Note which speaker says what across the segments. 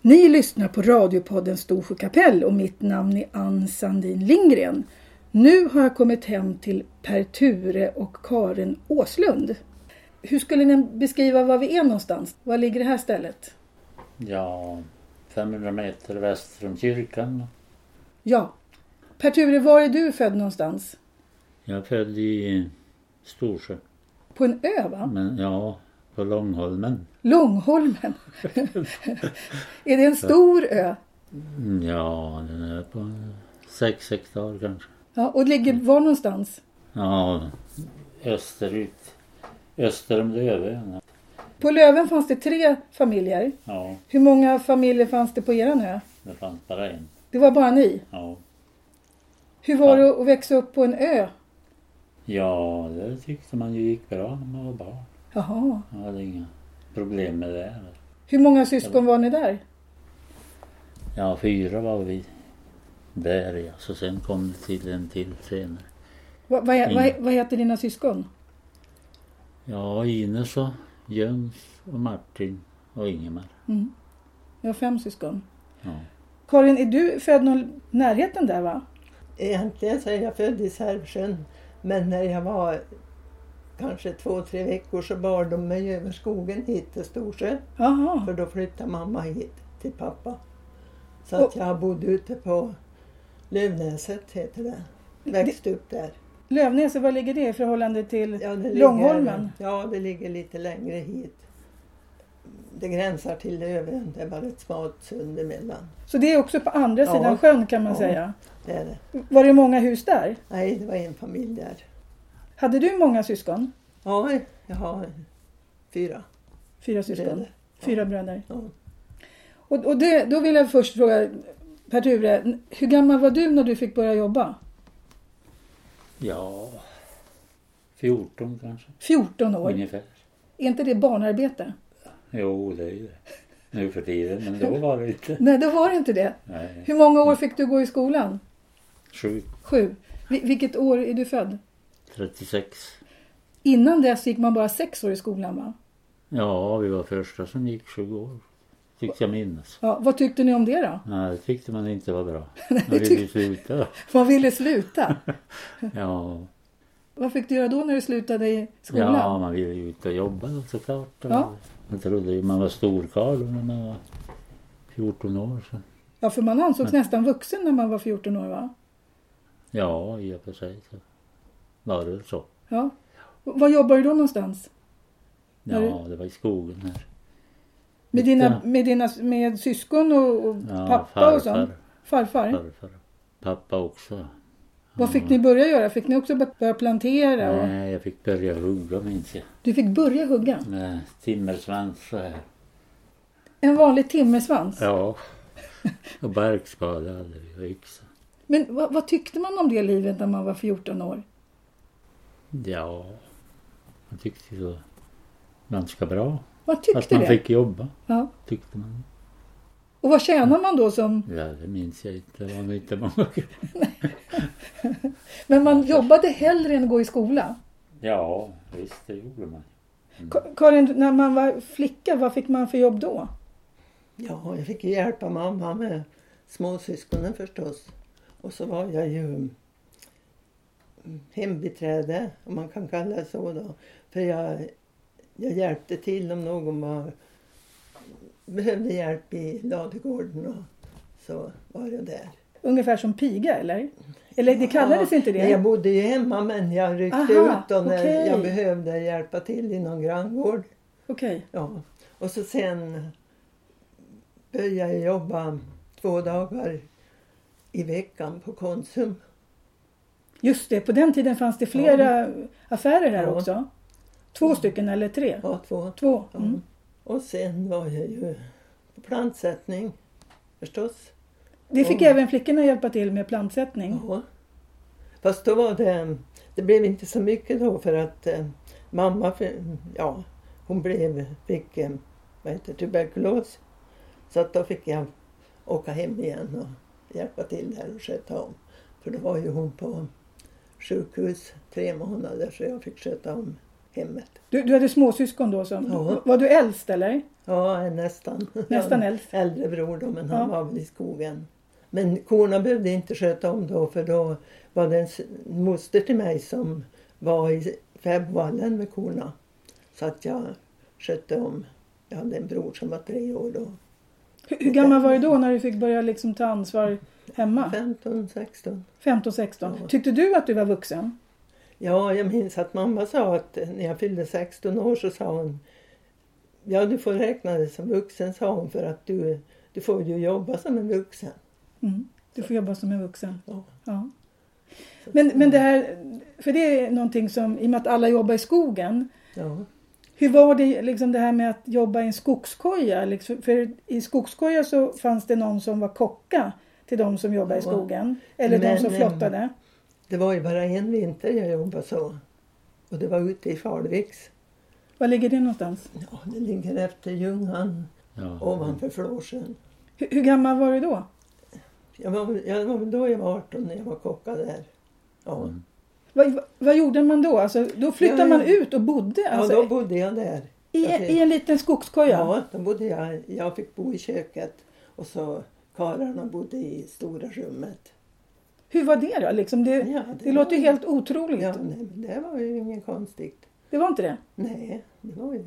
Speaker 1: Ni lyssnar på radiopodden Storsjö kapell och mitt namn är Ann Sandin Lindgren. Nu har jag kommit hem till Per Ture och Karin Åslund. Hur skulle ni beskriva var vi är någonstans? Var ligger det här stället?
Speaker 2: Ja, 500 meter väster om kyrkan.
Speaker 1: Ja. Per Ture, var är du född någonstans?
Speaker 2: Jag är född i Storsjö.
Speaker 1: På en ö va?
Speaker 2: Men ja, på Långholmen.
Speaker 1: Långholmen. är det en stor ö?
Speaker 2: Mm, Ja, den är på sex hektar kanske.
Speaker 1: Ja, och det ligger var någonstans?
Speaker 2: Ja, österut. Öster om Lövön.
Speaker 1: På Löven fanns det tre familjer.
Speaker 2: Ja,
Speaker 1: Hur många familjer fanns det på eran ö?
Speaker 2: det fanns bara en.
Speaker 1: Det var bara ni.
Speaker 2: Ja.
Speaker 1: Hur var
Speaker 2: Ja.
Speaker 1: det att växa upp på en ö?
Speaker 2: ja, det tyckte man ju gick bra när man var barn.
Speaker 1: Jaha.
Speaker 2: Jag hade inga problem med det.
Speaker 1: Hur många syskon var ni där?
Speaker 2: Ja, fyra var vi där ja. Så sen kom det till en till senare.
Speaker 1: Va, vad he-
Speaker 2: Inga.
Speaker 1: vad he- vad heter dina syskon?
Speaker 2: Ja, Ines och Jöns och Martin och Ingemar.
Speaker 1: Jag har fem syskon.
Speaker 2: Ja.
Speaker 1: Karin, är du född någon närheten där va?
Speaker 3: Egentligen så är jag född i Sävsjön men när jag var kanske två, tre veckor så bar de mig över skogen hit till Storsjö
Speaker 1: Jaha.
Speaker 3: för då flyttade mamma hit till pappa. Så
Speaker 1: Och-
Speaker 3: att jag bodde ute på Lövnäset heter det. Växte upp där.
Speaker 1: Lövnäset, var ligger det i förhållande till
Speaker 3: Ja, det ligger-
Speaker 1: Långholmen?
Speaker 3: Ja, det ligger lite längre hit. Det gränsar till Lövön, det är bara ett smalt sund emellan.
Speaker 1: Så det är också på andra
Speaker 3: Ja.
Speaker 1: sidan sjön kan man
Speaker 3: Ja.
Speaker 1: säga.
Speaker 3: Det är det.
Speaker 1: Var det många hus där?
Speaker 3: Nej, det var en familj där.
Speaker 1: Hade du många syskon?
Speaker 3: Ja, jag har fyra
Speaker 1: Fyra syskon?
Speaker 3: bröder.
Speaker 1: Fyra bröder.
Speaker 3: Ja.
Speaker 1: Och, och det, då vill jag först fråga Per Ture, hur gammal var du när du fick börja jobba?
Speaker 2: ja, 14 kanske
Speaker 1: 14 år.
Speaker 2: ungefär.
Speaker 1: Är inte det barnarbete?
Speaker 2: Jo, det är ju det. Nu för tiden, men då var det inte.
Speaker 1: Nej, det var inte det.
Speaker 2: Nej,
Speaker 1: Hur många år fick du gå i skolan?
Speaker 2: sju,
Speaker 1: Sju. Vi- vilket år är du född?
Speaker 2: 36.
Speaker 1: Innan dess gick man bara sex år i skolan va?
Speaker 2: Ja, vi var första som gick 20 år. Tyckte jag minnas.
Speaker 1: Ja, vad tyckte ni om det då?
Speaker 2: Nej, det tyckte man inte var bra.
Speaker 1: Nej,
Speaker 2: Man
Speaker 1: det
Speaker 2: ville
Speaker 1: tyck-
Speaker 2: sluta då.
Speaker 1: man ville sluta.
Speaker 2: Ja,
Speaker 1: Vad fick du göra då när du slutade i skolan?
Speaker 2: ja, man ville ju ut och jobba då såklart.
Speaker 1: Ja.
Speaker 2: Man trodde ju man var storkarl när man var 14 år. Så.
Speaker 1: Ja, för man ansågs nästan vuxen när man var 14 år va?
Speaker 2: Ja, i och för sig så var det väl så.
Speaker 1: Ja. Och Var jobbar du då någonstans? När
Speaker 2: Ja, det var i skogen här.
Speaker 1: Med, dina,
Speaker 2: Ja.
Speaker 1: med, dina, med syskon och, och
Speaker 2: Ja,
Speaker 1: pappa och sånt? Farfar?
Speaker 2: Farfar. Mm. Pappa också.
Speaker 1: Vad fick ni börja göra? Fick ni också bör- börja plantera? Och...
Speaker 2: Nej, jag fick börja hugga minns jag.
Speaker 1: Du fick börja hugga?
Speaker 2: Med timmersvans så här.
Speaker 1: En vanlig timmersvans?
Speaker 2: Ja. Och barkspade hade vi och yxa.
Speaker 1: Men vad, vad tyckte man om det livet när man var 14 år?
Speaker 2: Ja. Man tyckte det var ganska bra.
Speaker 1: Vad
Speaker 2: Att
Speaker 1: tyckte
Speaker 2: man
Speaker 1: det?
Speaker 2: fick jobba.
Speaker 1: Ja.
Speaker 2: Tyckte man.
Speaker 1: Och vad tjänar man då som...
Speaker 2: Ja, det minns jag inte. Det var nog inte många.
Speaker 1: Men man jobbade hellre än att gå i skola.
Speaker 2: Ja, visst det gjorde man.
Speaker 3: Mm.
Speaker 1: Ka- Karin, när man var flicka, vad fick man för jobb då?
Speaker 3: Ja, jag fick ju hjälpa mamma med småsyskonen förstås. Och så var jag ju mm, hembiträde, om man kan kalla det så då. För jag, jag hjälpte till om någon var, behövde hjälp i ladugården och så var jag där.
Speaker 1: Ungefär som piga eller? Eller det kallades
Speaker 3: Ja,
Speaker 1: inte
Speaker 3: nej, Jag
Speaker 1: det?
Speaker 3: bodde ju hemma men jag ryckte
Speaker 1: Aha,
Speaker 3: ut då när
Speaker 1: okej.
Speaker 3: jag behövde hjälpa till i någon granngård.
Speaker 1: Okej.
Speaker 3: Ja, och så sen började jag jobba två dagar i veckan på Konsum.
Speaker 1: Just det, på den tiden fanns det flera affärer här
Speaker 3: Ja. Mm.
Speaker 1: också. Två stycken eller tre?
Speaker 3: Ja, två.
Speaker 1: Två.
Speaker 3: Ja.
Speaker 1: Mm.
Speaker 3: Och sen var jag ju på plantsättning förstås.
Speaker 1: Det fick
Speaker 3: Ja.
Speaker 1: även flickorna hjälpa till med plantsättning.
Speaker 3: Ja. Fast då var det, det blev inte så mycket då för att eh, mamma, för- ja, hon blev, fick eh, vad heter, det, tuberkulos. Så att då fick jag åka hem igen och hjälpa till där och sköta om. För då var ju hon på sjukhus tre månader så jag fick sköta om hemmet.
Speaker 1: Du, du hade småsyskon då? Som,
Speaker 3: Ja.
Speaker 1: Var du äldst eller?
Speaker 3: Ja, nästan.
Speaker 1: Nästan äldst.
Speaker 3: Äldre bror då, men han
Speaker 1: Ja.
Speaker 3: var väl i skogen. Men korna behövde inte sköta om då för då var det en s- moster till mig som var i fäbodvallen med korna. Så att jag skötte om. Jag hade en bror som var tre år då.
Speaker 1: Hur, hur gammal var du då när du fick börja liksom ta ansvar hemma?
Speaker 3: 15, 16.
Speaker 1: 15, 16.
Speaker 3: Ja.
Speaker 1: Tyckte du att du var vuxen?
Speaker 3: Ja, jag minns att mamma sa att när jag fyllde 16 år så sa hon Ja, du får räkna dig som vuxen, sa hon, för att du, du får ju jobba som en vuxen.
Speaker 1: Mm. Du får jobba som en vuxen.
Speaker 3: Ja.
Speaker 1: Ja. Men, men det här, för det är någonting som, i och med att alla jobbar i skogen.
Speaker 3: Ja.
Speaker 1: Hur var det, liksom det här med att jobba i en skogskoja? Liksom, för i skogskoja så fanns det någon som var kocka till de som jobbade i
Speaker 3: Ja.
Speaker 1: skogen. Eller de
Speaker 3: Men,
Speaker 1: som
Speaker 3: ehm,
Speaker 1: flottade.
Speaker 3: Det var ju bara en vinter jag jobbade så. Och det var ute i Falviks.
Speaker 1: Var ligger det någonstans?
Speaker 3: Ja, det ligger efter Ljungan
Speaker 2: Ja.
Speaker 3: ovanför Flåsjön.
Speaker 1: Hur, hur gammal var du då?
Speaker 3: Jag var, jag var väl då jag var 18 när jag var kocka där. Ja,
Speaker 2: Mm.
Speaker 1: Vad, vad gjorde man då? Alltså, då flyttade
Speaker 3: Ja, ja.
Speaker 1: man ut och bodde alltså,
Speaker 3: ja då bodde jag där.
Speaker 1: i,
Speaker 3: jag fick-
Speaker 1: i en liten skogskoja?
Speaker 3: Ja, då bodde jag, jag fick bo i köket och så karlarna bodde i stora rummet.
Speaker 1: Hur var det då? Liksom det,
Speaker 3: Ja,
Speaker 1: det,
Speaker 3: var-
Speaker 1: låter ju helt otroligt.
Speaker 3: Ja, nej, men det var ju inget konstigt.
Speaker 1: Det var inte det?
Speaker 3: Nej, det var ju...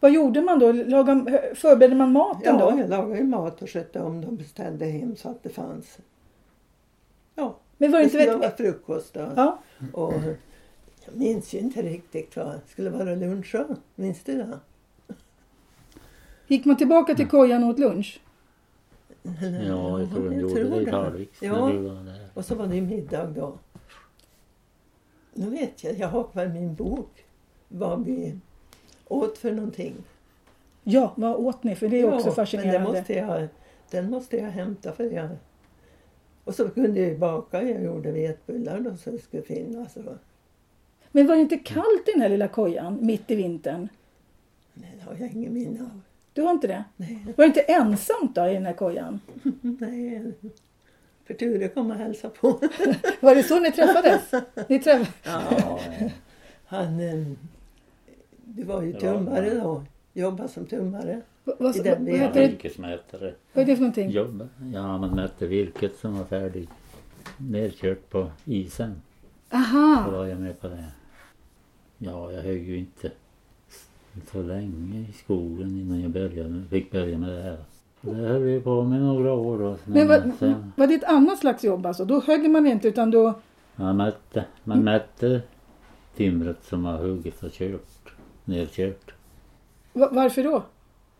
Speaker 1: Vad gjorde man då? Lagade, förberedde man maten
Speaker 3: Ja,
Speaker 1: då?
Speaker 3: jag lagade ju mat och skötte om dem, beställde hem så att det fanns. Ja,
Speaker 1: Men var det
Speaker 3: det
Speaker 1: inte
Speaker 3: skulle
Speaker 1: vet...
Speaker 3: vara frukost och,
Speaker 1: Ja,
Speaker 3: och... Jag minns ju inte riktigt vad det skulle vara lunch då. Minns du det?
Speaker 1: gick man tillbaka till kojan och åt lunch?
Speaker 3: Eller-
Speaker 2: Ja, jag tror de
Speaker 3: jag
Speaker 2: gjorde
Speaker 3: tror
Speaker 2: det i Kalix när du
Speaker 3: Ja,
Speaker 2: var där.
Speaker 3: och så var det ju middag då. Nu vet jag, jag har kvar min bok. Vad vi åt för någonting.
Speaker 1: Ja, vad åt ni? För det är också
Speaker 3: Men den
Speaker 1: fascinerande.
Speaker 3: måste, jag, den måste jag hämta för jag... Och så kunde jag ju baka, jag gjorde vetbullar då så det skulle finnas. Och,
Speaker 1: Men var det inte kallt i den här lilla kojan mitt i vintern?
Speaker 3: nej, det har jag ingen minne av.
Speaker 1: Du har inte det?
Speaker 3: Nej,
Speaker 1: Var det inte ensamt då i den här kojan?
Speaker 3: nej. För Ture kom och hälsade på.
Speaker 1: Var det så ni träffades? Ni träff...
Speaker 2: Ja,
Speaker 3: Han... eh, Du var ju
Speaker 2: Ja,
Speaker 3: tummare
Speaker 2: ja.
Speaker 3: då. Jobbade som tummare.
Speaker 1: Vad, vad,
Speaker 3: I
Speaker 1: vad,
Speaker 3: den
Speaker 1: vad,
Speaker 3: byn.
Speaker 2: ja.
Speaker 1: heter det?
Speaker 2: Virkesmätare.
Speaker 1: vad är det för någonting?
Speaker 2: Jobb. Ja, man mätte virket som var färdigt. Nerkört på isen. Då
Speaker 1: Aha!
Speaker 2: var jag med på det. Ja, jag högg ju inte så länge i skogen innan jag började, med- fick börja med det här. Det höll vi på med några år då.
Speaker 1: Men var,
Speaker 2: sen,
Speaker 1: var det ett annat slags jobb alltså? Då högg man inte utan då...
Speaker 2: man mätte, man mätte timret som var hugget och kört. Nerkört.
Speaker 1: Va- Varför då?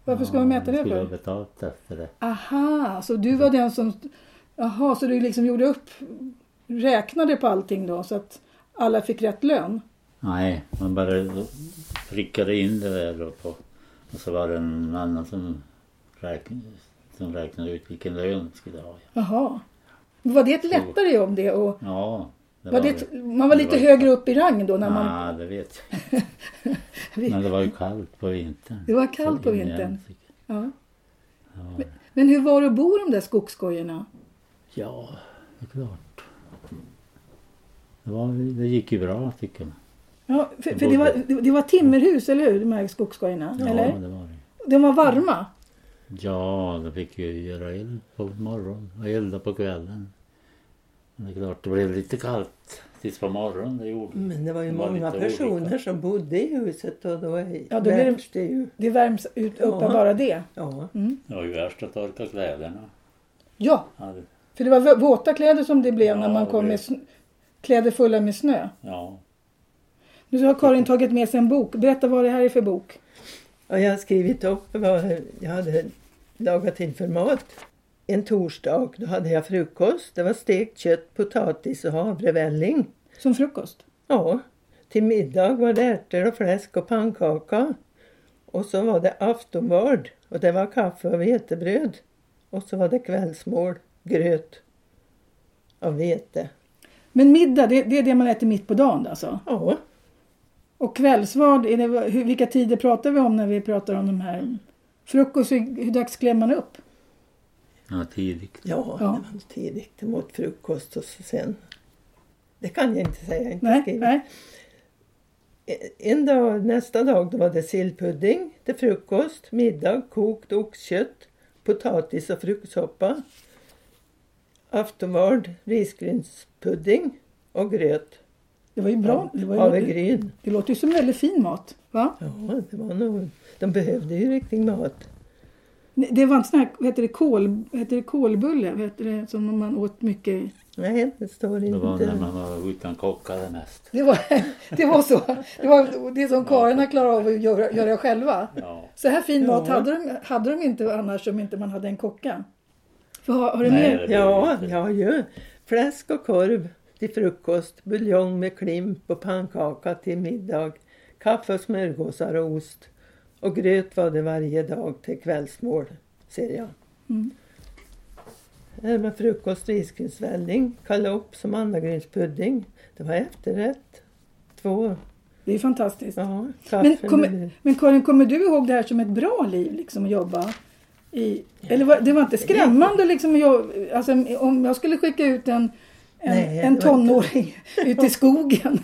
Speaker 1: Varför ska man mäta det
Speaker 2: för? Jag ha
Speaker 1: för?
Speaker 2: betalt efter det.
Speaker 1: Aha, så du var den som... Jaha, så du liksom gjorde upp... Räknade på allting då så att alla fick rätt lön?
Speaker 2: Nej, man bara prickade in det där då på... Och så var det en annan som räknade, som räknade ut vilken lön vi skulle ha.
Speaker 1: Jaha. Var det ett lättare jobb det? Och
Speaker 2: Ja, det
Speaker 1: var det ett, man var
Speaker 2: Det
Speaker 1: lite
Speaker 2: var-
Speaker 1: högre upp i rang då när
Speaker 2: Nej,
Speaker 1: man...
Speaker 2: det vet jag Men det var ju kallt på vintern.
Speaker 1: Det var kallt på
Speaker 2: Så in i
Speaker 1: vintern.
Speaker 2: helsike.
Speaker 1: Ja.
Speaker 2: Ja.
Speaker 1: Men hur var det att bo i de där skogskojorna?
Speaker 2: ja, det är klart. Det, var, det gick ju bra tycker man.
Speaker 1: Ja, för, för det, var, det var timmerhus, eller hur? De här skogskojorna?
Speaker 2: Ja,
Speaker 1: Eller?
Speaker 2: det var det.
Speaker 1: De var varma?
Speaker 2: Ja, då fick jag ju göra eld på morgonen och elda på kvällen. Men det är klart, det blev lite kallt tills på morgonen. Det gjorde det.
Speaker 3: Men det var ju
Speaker 2: De var
Speaker 3: många
Speaker 2: lite olika.
Speaker 3: personer som bodde i huset och då är
Speaker 1: Ja, då blir det-
Speaker 3: värms det ju.
Speaker 1: Det värms ut, upp av
Speaker 3: Ja.
Speaker 1: bara det?
Speaker 3: Ja.
Speaker 2: Det var ju värst att torka kläderna.
Speaker 1: Ja,
Speaker 2: Ja, det-
Speaker 1: För det var vå- våta kläder som det blev
Speaker 2: Ja,
Speaker 1: när man kom
Speaker 2: det-
Speaker 1: med snö, kläder fulla med snö.
Speaker 2: Ja,
Speaker 1: Nu har
Speaker 2: Mm.
Speaker 1: Karin tagit med sig en bok. Berätta vad det här är för bok.
Speaker 3: Och jag har skrivit upp vad jag hade lagat till för mat. En torsdag då hade jag frukost. Det var stekt kött, potatis och havrevälling.
Speaker 1: Som frukost.
Speaker 3: Ja, till middag var det ärtor och fläsk och pannkaka. Och så var det aftonvard och det var kaffe och vetebröd. Och så var det kvällsmål, gröt av vete.
Speaker 1: Men middag, det, det är det man äter mitt på dagen alltså.
Speaker 3: Ja,
Speaker 1: Och kvällsvard, är det, hur, vilka tider pratar vi om när vi pratar om de här? Frukost, hur, hur dags klär man upp?
Speaker 2: ja tidigt.
Speaker 3: ja, det var tidigt mot frukost och så sen. Det kan jag inte säga. Jag har inte
Speaker 1: Nej,
Speaker 3: skrivit.
Speaker 1: nej.
Speaker 3: Eh, En dag, nästa dag då var det sillpudding till frukost, middag, kokt oxkött, potatis och fruktsoppa. Aftonvard, risgrynspudding och gröt.
Speaker 1: Det var ju bra. Det, var ju, det,
Speaker 3: Havregryn.
Speaker 1: låter ju som väldigt fin mat. Va?
Speaker 3: Ja, det var nog... De behövde ju riktig mat.
Speaker 1: Nej, Det var en sån här, vad heter det, kål, vad heter det kolbulle? Vad heter det, som man åt mycket
Speaker 3: Nej, det står
Speaker 2: Det var när
Speaker 3: inte.
Speaker 2: man var utan kockar det mest.
Speaker 1: Det var, det var så. Det var det som karlarna klarade av att göra, göra själva.
Speaker 2: Ja.
Speaker 1: Så här fin mat
Speaker 3: Ja.
Speaker 1: hade de, hade de inte annars om inte man hade en kocka. För har, har du
Speaker 2: Nej,
Speaker 1: mer?
Speaker 2: det blev
Speaker 3: Ja,
Speaker 2: inte.
Speaker 3: ja ju. Fläsk och korv till frukost, buljong med klimp och pannkaka till middag, kaffe och smörgåsar och ost. Och gröt var det varje dag till kvällsmål, ser jag.
Speaker 1: Mm.
Speaker 3: Eh, Med frukost risgrynsvälling, kalopp som andagrynspudding. Det var efterrätt. Två,
Speaker 1: Det är fantastiskt.
Speaker 3: ja,
Speaker 1: Men,
Speaker 3: kaffe
Speaker 1: kommer,
Speaker 3: med-
Speaker 1: men Karin, kommer du ihåg det här som ett bra liv liksom att jobba? I, eller var, det var inte skrämmande liksom att jobba, alltså, om jag skulle skicka ut en, en, en
Speaker 3: Nej, det var inte-
Speaker 1: tonåring ut i skogen.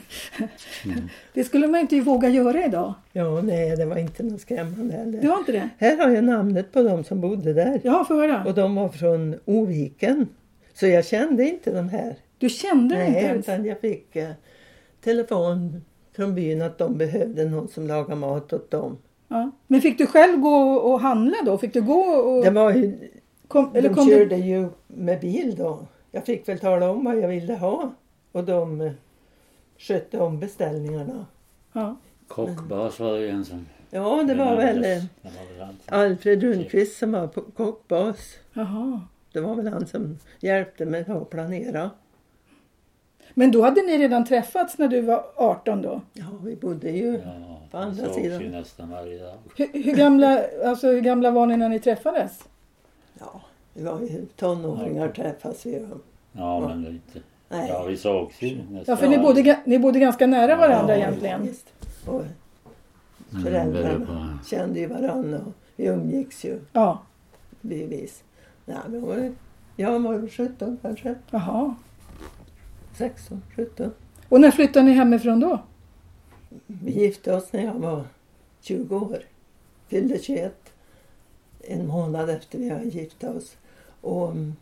Speaker 3: Mm.
Speaker 1: Det skulle man inte våga göra idag.
Speaker 3: Ja, nej, det var inte något skrämmande heller.
Speaker 1: Det var inte det?
Speaker 3: Här har jag namnet på de som bodde där.
Speaker 1: Ja, får höra.
Speaker 3: Och de var från Oviken. Så jag kände inte de här.
Speaker 1: Du kände det inte
Speaker 3: Nej,
Speaker 1: ens?
Speaker 3: utan jag fick eh, telefon från byn att de behövde någon som lagade mat åt dem.
Speaker 1: Ja. Men fick du själv gå och handla då? Fick du gå och...
Speaker 3: Det var ju,
Speaker 1: kom, eller
Speaker 3: de
Speaker 1: kom
Speaker 3: körde
Speaker 1: du,
Speaker 3: ju med bil då. Jag fick väl tala om vad jag ville ha. Och de eh, skötte om beställningarna.
Speaker 1: ja.
Speaker 2: Kockbas var det ju en som...
Speaker 3: Ja, det
Speaker 2: Mm.
Speaker 3: var väl eh,
Speaker 2: Det var väl han.
Speaker 3: Alfred Rundqvist som var på- kockbas.
Speaker 1: Jaha.
Speaker 3: Det var väl han som hjälpte mig att planera.
Speaker 1: Men då hade ni redan träffats när du var 18 då?
Speaker 3: Ja, vi bodde ju...
Speaker 2: Ja,
Speaker 3: På andra
Speaker 2: vi sågs
Speaker 3: sidan.
Speaker 2: ju nästan varje dag.
Speaker 1: Hur, hur, gamla, alltså, hur gamla var ni när ni träffades?
Speaker 3: Ja, vi var ju tonåringar träffas vi ju.
Speaker 2: Ja,
Speaker 3: Ja.
Speaker 2: men det är inte...
Speaker 3: Nej.
Speaker 2: Ja, vi sågs ju nästan
Speaker 1: Ja, för ni bodde, ga- ni bodde ganska nära varandra
Speaker 3: Ja,
Speaker 1: egentligen.
Speaker 3: visst. Och
Speaker 2: Mm, det var
Speaker 3: föräldrarna
Speaker 2: bra.
Speaker 3: kände ju varandra och vi umgicks ju
Speaker 1: Ja,
Speaker 3: byvis. Nej, men jag var, jag var 17 kanske,
Speaker 1: jaha.
Speaker 3: 16, 17.
Speaker 1: Och när flyttade ni hemifrån då?
Speaker 3: Vi
Speaker 1: Mm.
Speaker 3: gifte oss när jag var 20 år. Fyllde 21. En månad efter vi hade gift oss. Och mm,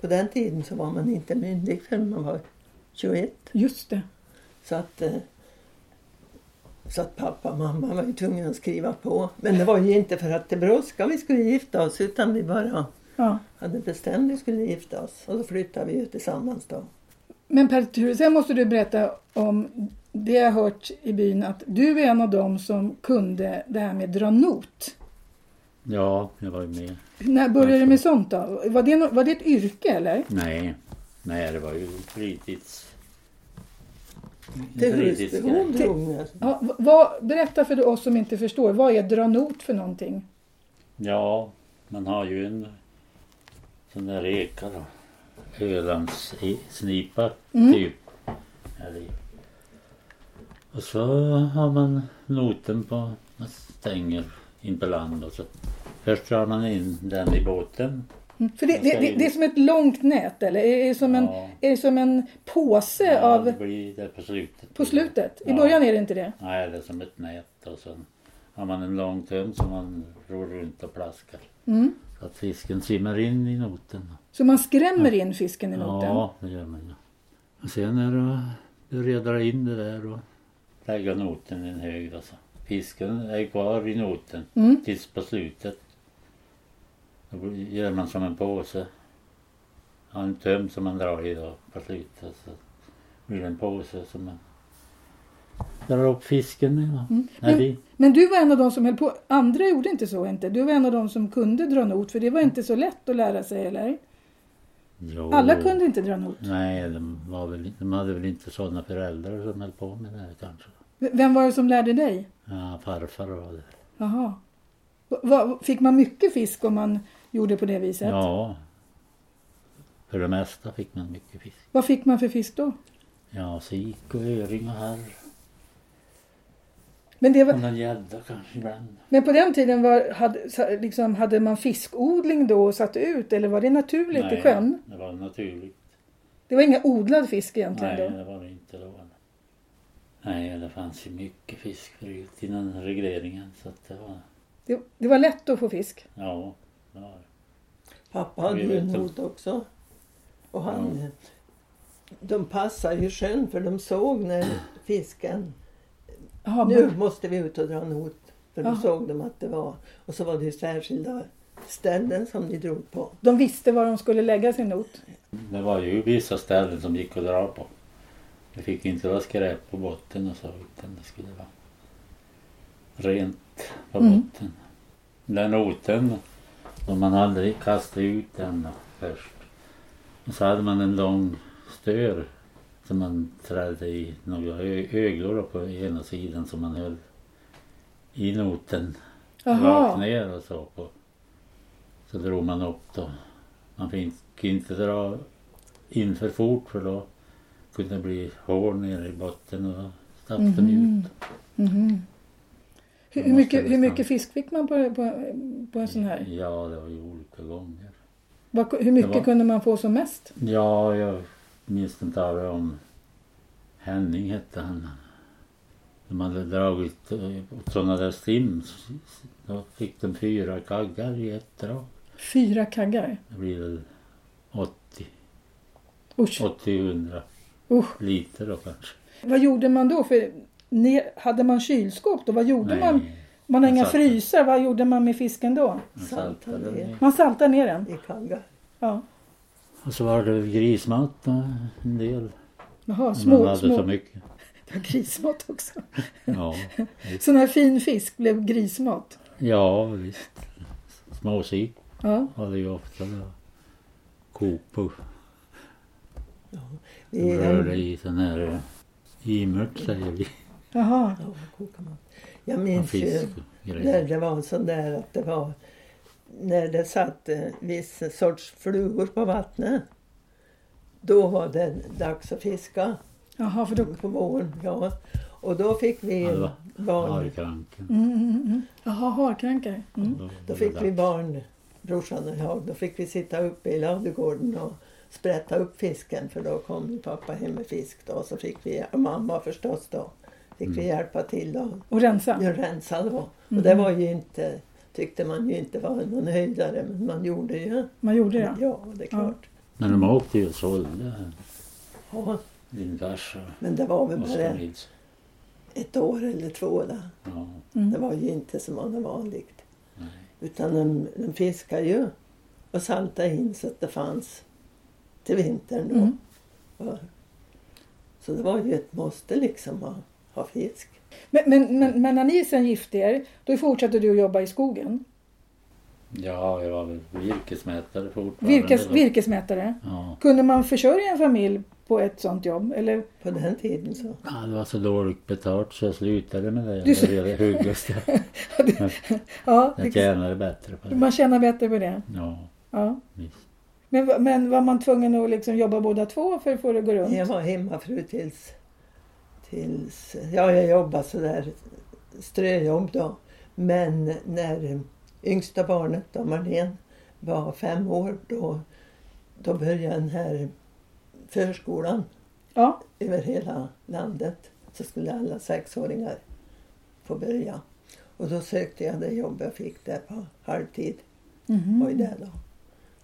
Speaker 3: på den tiden så var man inte myndig förrän man var 21.
Speaker 1: Just det.
Speaker 3: Så att, eh, så att pappa och mamma var ju tvungna att skriva på. Men det var ju inte för att det brådskade vi skulle gifta oss utan vi bara
Speaker 1: Ja.
Speaker 3: hade bestämt vi skulle gifta oss. Och då flyttade vi ju tillsammans då.
Speaker 2: Mm.
Speaker 1: Men Per Ture, sen måste du berätta om det jag har hört i byn att du är en av dem som kunde det här med dra not.
Speaker 2: Ja, jag var ju med.
Speaker 1: När började du med sånt då? Var det, nå- var det ett yrke eller?
Speaker 2: Nej, nej det var ju fritids...
Speaker 3: Till
Speaker 2: fritidsgrej.
Speaker 3: husbehov drog vi oss.
Speaker 1: Ja, v- vad, berätta för oss som inte förstår, vad är dra not för någonting?
Speaker 2: Ja, man har ju en sån där eka då. Ölandssnipa
Speaker 1: Mm.
Speaker 2: typ. Eller, och så har man noten på, man stänger in på land och så. Först drar man in den i båten.
Speaker 1: Mm, För det, det, det, det är som ett långt nät eller? Är det som en,
Speaker 2: Ja.
Speaker 1: är det som en påse
Speaker 2: Ja, det
Speaker 1: av,
Speaker 2: blir det på slutet.
Speaker 1: på slutet? I
Speaker 2: Ja.
Speaker 1: början är det inte det?
Speaker 2: Nej, det är som ett nät och sen har man en lång tunn som man ror runt och plaskar.
Speaker 1: Mm.
Speaker 2: Så att fisken simmar in i noten.
Speaker 1: Så man skrämmer in fisken i noten?
Speaker 2: Ja, det gör man ju. Och sen är det att dra in det där och lägga noten i en hög. Alltså. Fisken är kvar i noten
Speaker 1: Mm.
Speaker 2: tills på slutet. Då blir- gör man som en påse. Har en töm som man drar i då på slutet. Så blir det en påse som man drar upp fisken i. då.
Speaker 1: Mm.
Speaker 2: Nej,
Speaker 1: Men-
Speaker 2: vi,
Speaker 1: Men du var en av de som höll på. Andra gjorde inte så inte. Du var en av de som kunde dra not för det var inte så lätt att lära sig eller?
Speaker 2: jo,
Speaker 1: Alla kunde inte dra not.
Speaker 2: Nej, de, var väl, de hade väl inte sådana föräldrar som höll på med det här kanske.
Speaker 1: V- Vem var det som lärde dig?
Speaker 2: Ja, farfar var det.
Speaker 1: Jaha. Va- va- Fick man mycket fisk om man gjorde på det viset?
Speaker 2: Ja. För det mesta fick man mycket fisk.
Speaker 1: Vad fick man för fisk då?
Speaker 2: Ja, sik och öring och harr.
Speaker 1: Men, det var,
Speaker 2: Och någon gädda kanske ibland.
Speaker 1: men på den tiden var, hade, sa- liksom, hade man fiskodling då och satte ut eller var det naturligt i sjön?
Speaker 2: det var naturligt.
Speaker 1: Det var inga odlad fisk egentligen
Speaker 2: Nej,
Speaker 1: då?
Speaker 2: det var det inte då. Nej, det fanns ju mycket fisk förut innan regleringen så att det var...
Speaker 1: Det, det var lätt att få fisk.
Speaker 2: Ja, det var det.
Speaker 3: Pappa hade
Speaker 2: Vi
Speaker 3: ju en
Speaker 2: vet om-
Speaker 3: hund också. Och han... De passade ju sjön för de såg när fisken...
Speaker 1: Jaha,
Speaker 3: Nu
Speaker 1: men-
Speaker 3: måste vi ut och dra not. För då
Speaker 1: Ja.
Speaker 3: såg de att det var... Och så var det ju särskilda ställen som de drog på.
Speaker 1: De visste var de skulle lägga sin not.
Speaker 2: Det var ju vissa ställen som gick att dra på. Det fick inte vara skräp på botten och så utan det skulle vara rent på
Speaker 1: Mm.
Speaker 2: botten. Den roten som man hade kastade ut den då först. Och så hade man en lång stör som man trädde i några ö- öglor då på ena sidan som man höll i noten rakt
Speaker 1: Jaha.
Speaker 2: ner och så på. Så drog man upp då. Man fick inte dra in för fort för då kunde det bli hål nere i botten och då stack de
Speaker 1: Mhm.
Speaker 2: ut.
Speaker 1: Mhm. Hur, hur,
Speaker 2: Man
Speaker 1: mycket,
Speaker 2: ställer
Speaker 1: hur
Speaker 2: fram.
Speaker 1: mycket fisk fick man på, på, på en sån här?
Speaker 2: Ja, det var ju olika gånger.
Speaker 1: Vad- Hur mycket
Speaker 2: Det var-
Speaker 1: kunde man få som mest?
Speaker 2: Ja, jag minns inte av det om Henning hette han. De hade dragit eh, åt sådana där stim. Då fick de fyra kaggar i ett drag.
Speaker 1: Fyra kaggar?
Speaker 2: Det blir väl 80,
Speaker 1: Usch.
Speaker 2: 80-100
Speaker 1: Usch.
Speaker 2: liter då kanske.
Speaker 1: Vad gjorde man då? För ni, hade man kylskåp då? Vad gjorde man? Man har
Speaker 2: man
Speaker 1: inga
Speaker 2: satte-
Speaker 1: frysar. Vad gjorde man med fisken då?
Speaker 2: man saltade
Speaker 3: Saltade.
Speaker 2: den i.
Speaker 1: Man saltade ner den?
Speaker 3: I kaggar.
Speaker 1: Ja.
Speaker 2: Och så var det väl grismat då, en del.
Speaker 1: Jaha,
Speaker 2: Små, man
Speaker 1: små,
Speaker 2: hade så
Speaker 1: små.
Speaker 2: mycket.
Speaker 1: Det var grismat också.
Speaker 2: Ja,
Speaker 1: Sån här fin fisk blev grismat.
Speaker 2: ja visst. Småsik
Speaker 1: Ja.
Speaker 2: hade ju ofta då. Kok på.
Speaker 3: Vi,
Speaker 2: Rörde i sån här eh, imört säger vi.
Speaker 1: Jaha.
Speaker 3: Ja, kokar man. Jag
Speaker 2: Och
Speaker 3: minns ju...
Speaker 2: fisk och
Speaker 3: När
Speaker 2: grejer.
Speaker 3: det var sån där att det var... När det satt eh, viss sorts flugor på vattnet. Då var det dags att fiska
Speaker 1: Jaha, för då... Mm,
Speaker 3: på våren. Ja. Och då fick vi
Speaker 2: Alla
Speaker 3: barn...
Speaker 2: Harkranken.
Speaker 1: mm, mm. Jaha, harkrankar. Mm.
Speaker 2: var
Speaker 3: Då
Speaker 2: det
Speaker 3: fick vi
Speaker 2: dags.
Speaker 3: barn, brorsan och jag, då fick vi sitta uppe i ladugården och sprätta upp fisken för då kom ju pappa hem med fisk då. Så fick vi, och mamma förstås då, fick
Speaker 2: Mm.
Speaker 3: vi hjälpa till då.
Speaker 1: Och rensa.
Speaker 3: Jag rensade då. Och det var ju inte, tyckte man ju inte var någon höjdare, men man gjorde ju.
Speaker 1: Man gjorde
Speaker 3: Ja,
Speaker 1: det.
Speaker 3: det är klart.
Speaker 2: Men de åkte ju och sålde.
Speaker 3: Ja.
Speaker 2: Din fars och
Speaker 3: Men det var väl
Speaker 2: Oskar
Speaker 3: bara
Speaker 2: Nilsson.
Speaker 3: ett år eller två då.
Speaker 2: Ja,
Speaker 1: Mm.
Speaker 3: Det var ju inte som vanligt.
Speaker 2: nej.
Speaker 3: Utan de, de fiskade ju och saltade in så att det fanns till vintern då.
Speaker 1: Mm.
Speaker 3: Ja. Så det var ju ett måste liksom att ha fisk.
Speaker 1: Men, men, men, men när ni sen gifte er, då fortsatte du att jobba i skogen.
Speaker 2: Ja, jag var väl virkesmätare fortfarande.
Speaker 1: Virkes,
Speaker 2: då.
Speaker 1: virkesmätare.
Speaker 2: Ja.
Speaker 1: Kunde man försörja en familj på ett sånt jobb? Eller?
Speaker 3: På den tiden så.
Speaker 2: Ja, det var så dåligt betalt så jag slutade med det. Jag
Speaker 1: Du sl-
Speaker 2: började hugga istället.
Speaker 1: Ja, liksom.
Speaker 2: Jag tjänade bättre på det.
Speaker 1: man tjänar bättre på det.
Speaker 2: Ja,
Speaker 1: Ja.
Speaker 2: visst.
Speaker 1: Men, va- men var man tvungen att liksom jobba båda två för att få det att gå runt?
Speaker 3: Jag var hemmafru tills, tills... Ja, jag jobbade sådär ströjobb då. Men när yngsta barnet, då Marlene, var fem år då, då började den här förskolan
Speaker 1: Ja.
Speaker 3: över hela landet. Så skulle alla sexåringar få börja. Och då sökte jag det jobb jag fick där på halvtid.
Speaker 1: Mhm.
Speaker 3: Var ju det då.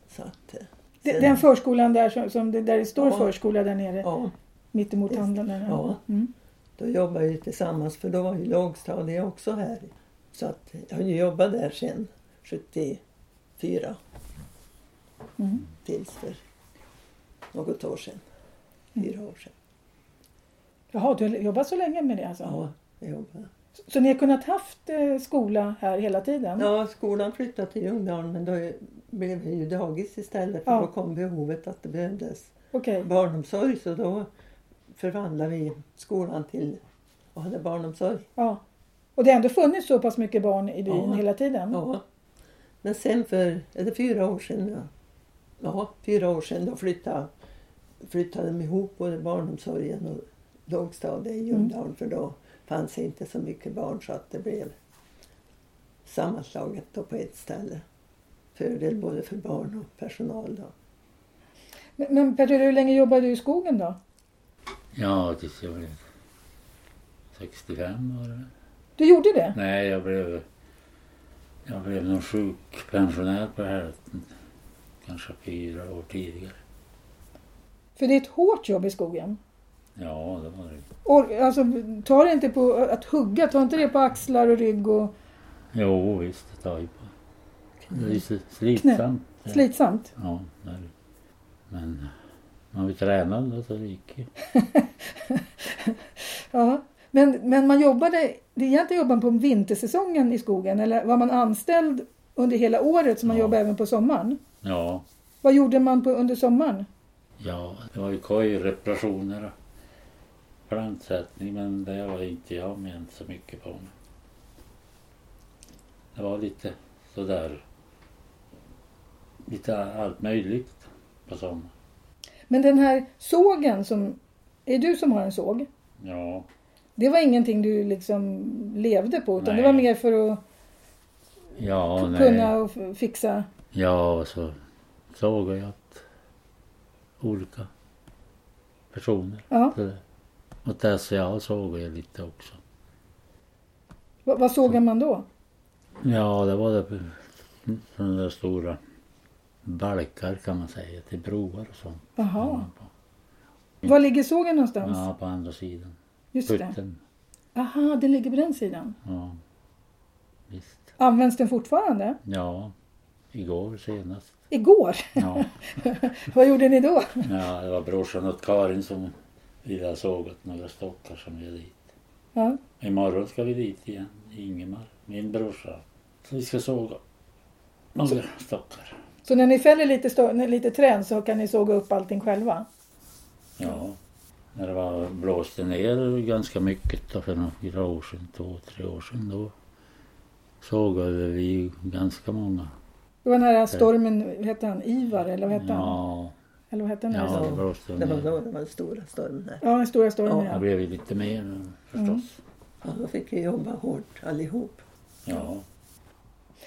Speaker 3: Så att, eh,
Speaker 1: De-
Speaker 3: sen-
Speaker 1: Den förskolan där, som, som det, där det står
Speaker 3: Ja.
Speaker 1: förskola där nere,
Speaker 3: ja,
Speaker 1: mittemot handeln. Där.
Speaker 3: ja.
Speaker 1: Mm.
Speaker 3: Då jobbade vi tillsammans för då var ju lågstadiet också här. Så att jag har ju jobbat där sedan 74.
Speaker 1: Mm.
Speaker 3: Tills för något år sedan.
Speaker 1: Mm.
Speaker 3: Fyra år sedan.
Speaker 1: Jaha, du har jobbat så länge med det alltså?
Speaker 3: Ja, jag jobbade.
Speaker 1: Så ni har kunnat haft eh, skola här hela tiden?
Speaker 3: Ja, skolan flyttade till Ljungdalen men då blev det ju dagis istället för
Speaker 1: Ja.
Speaker 3: då kom behovet att det behövdes
Speaker 1: Okej.
Speaker 3: barnomsorg så då förvandlade vi skolan till och hade barnomsorg.
Speaker 1: Ja. Och det har ändå funnits så pass mycket barn i byn
Speaker 3: Ja.
Speaker 1: hela tiden?
Speaker 3: Ja. Men sen för, är det fyra år sedan nu? Ja, fyra år sedan då flyttade, flyttade de ihop både barnomsorgen och lågstadiet i Ljungdalen för då fanns det inte så mycket barn så att det blev sammanslaget då på ett ställe. Fördel både för barn och personal då.
Speaker 1: Men, men Petter, hur länge jobbade du i skogen då?
Speaker 2: Ja, tills jag blev 65 var det väl?
Speaker 1: Du gjorde det?
Speaker 2: Nej, jag blev... Jag blev någon sjukpensionär på hälften. Kanske fyra år tidigare.
Speaker 1: För det är ett hårt jobb i skogen.
Speaker 2: Ja, det var det.
Speaker 1: Och, alltså, ta det inte på att hugga, ta inte det på axlar och rygg och
Speaker 2: Jo, visst, det tar ju på. Det är ju så slitsamt.
Speaker 1: slitsamt.
Speaker 2: Ja, det är det. Men man blir tränad då, så det gick ju.
Speaker 1: Ja. Men, men man jobbade, det egentligen jobbade man på vintersäsongen i skogen eller var man anställd under hela året så man
Speaker 2: Ja.
Speaker 1: jobbade även på sommaren?
Speaker 2: Ja,
Speaker 1: Vad gjorde man på, under sommaren?
Speaker 2: ja, det var ju kojreparationer och plantsättning men det var inte jag med så mycket på. mig. Det var lite sådär, lite allt möjligt på sommaren.
Speaker 1: Men den här sågen som, är du som har en såg?
Speaker 2: Ja,
Speaker 1: Det var ingenting du liksom levde på utan det var
Speaker 2: Nej.
Speaker 1: mer för att
Speaker 2: ja, nej.
Speaker 1: kunna och f- fixa?
Speaker 2: Ja, och så såg jag att olika personer.
Speaker 1: Ja.
Speaker 2: Så där. Och där så jag såg jag lite också.
Speaker 1: Vad, vad sågar man då?
Speaker 2: Ja, det var det sådana där stora balkar kan man säga till broar och sånt.
Speaker 1: Jaha.
Speaker 2: På-
Speaker 1: Var ligger sågen någonstans?
Speaker 2: Mm. Ja, på andra sidan.
Speaker 1: Just det.
Speaker 2: Putten.
Speaker 1: Aha, den ligger på den sidan.
Speaker 2: Ja. Visst.
Speaker 1: Används den fortfarande?
Speaker 2: Ja. Igår senast.
Speaker 1: Igår?
Speaker 2: Ja.
Speaker 1: Vad gjorde ni då?
Speaker 2: ja, det var brorsan och Karin som ville ha sågat några stockar som vi hade dit.
Speaker 1: Ja.
Speaker 2: Imorgon ska vi dit igen. Ingemar, min brorsa. Så vi ska såga några stockar.
Speaker 1: Så när ni fäller lite, stå- lite träd så kan ni såga upp allting själva?
Speaker 2: Ja. När det var, blåste ner ganska mycket då för några år sedan, två, tre år sedan då sågade vi ju ganska många.
Speaker 1: Det var den här stormen, vad hette han? Ivar eller vad hette han?
Speaker 2: Ja,
Speaker 1: Eller vad hette den?
Speaker 2: ja
Speaker 1: här?
Speaker 2: det blåste
Speaker 3: Det var då
Speaker 2: ner.
Speaker 3: det var den stora stormen här.
Speaker 1: ja den stora stormen
Speaker 2: Det
Speaker 1: ja. Mm.
Speaker 2: blev ju lite mer nu, förstås.
Speaker 3: Ja, då fick vi jobba hårt allihop.
Speaker 2: Ja.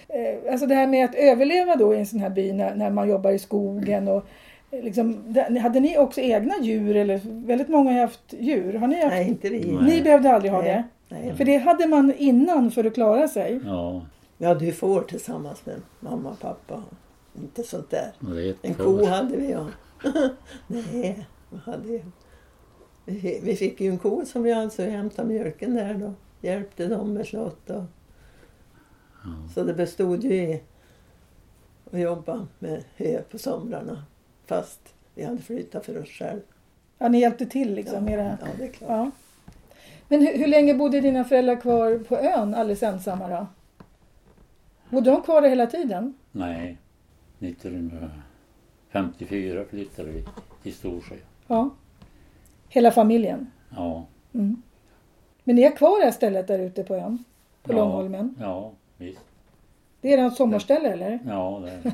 Speaker 1: Eh, Alltså det här med att överleva då i en sån här by när, när man jobbar i skogen och eh, liksom, det- hade ni också egna djur eller väldigt många har haft djur? Har ni haft?
Speaker 3: Nej, inte vi.
Speaker 2: Nej.
Speaker 1: Ni behövde aldrig ha
Speaker 3: Nej,
Speaker 1: det?
Speaker 3: nej.
Speaker 1: För det hade man innan för att klara sig.
Speaker 2: Ja,
Speaker 3: Vi hade ju får tillsammans med mamma och pappa. Inte sånt där.
Speaker 2: och det är
Speaker 3: En
Speaker 2: ett
Speaker 3: ko hade vi ja. Nej, vad hade jag? vi? fi- Vi fick ju en ko som vi alltså hämtade mjölken där då. Hjälpte dem med slott och... Så det bestod ju i att jobba med hö på somrarna. Fast vi hade flyttat för oss själv.
Speaker 1: Ja, ni hjälpte till liksom med det här.
Speaker 3: Ja, det är klart.
Speaker 1: Ja. Men hur, hur länge bodde dina föräldrar kvar på ön alldeles ensamma då? Bodde de kvar där hela tiden?
Speaker 2: Nej, 1954 flyttade vi till Storsjö.
Speaker 1: Ja. Hela familjen?
Speaker 2: Ja.
Speaker 1: Mm. Men ni är kvar det här stället där ute på ön? På
Speaker 2: ja.
Speaker 1: Långholmen?
Speaker 2: Ja, visst.
Speaker 1: Det är ert sommarställe eller?
Speaker 2: Ja, det är,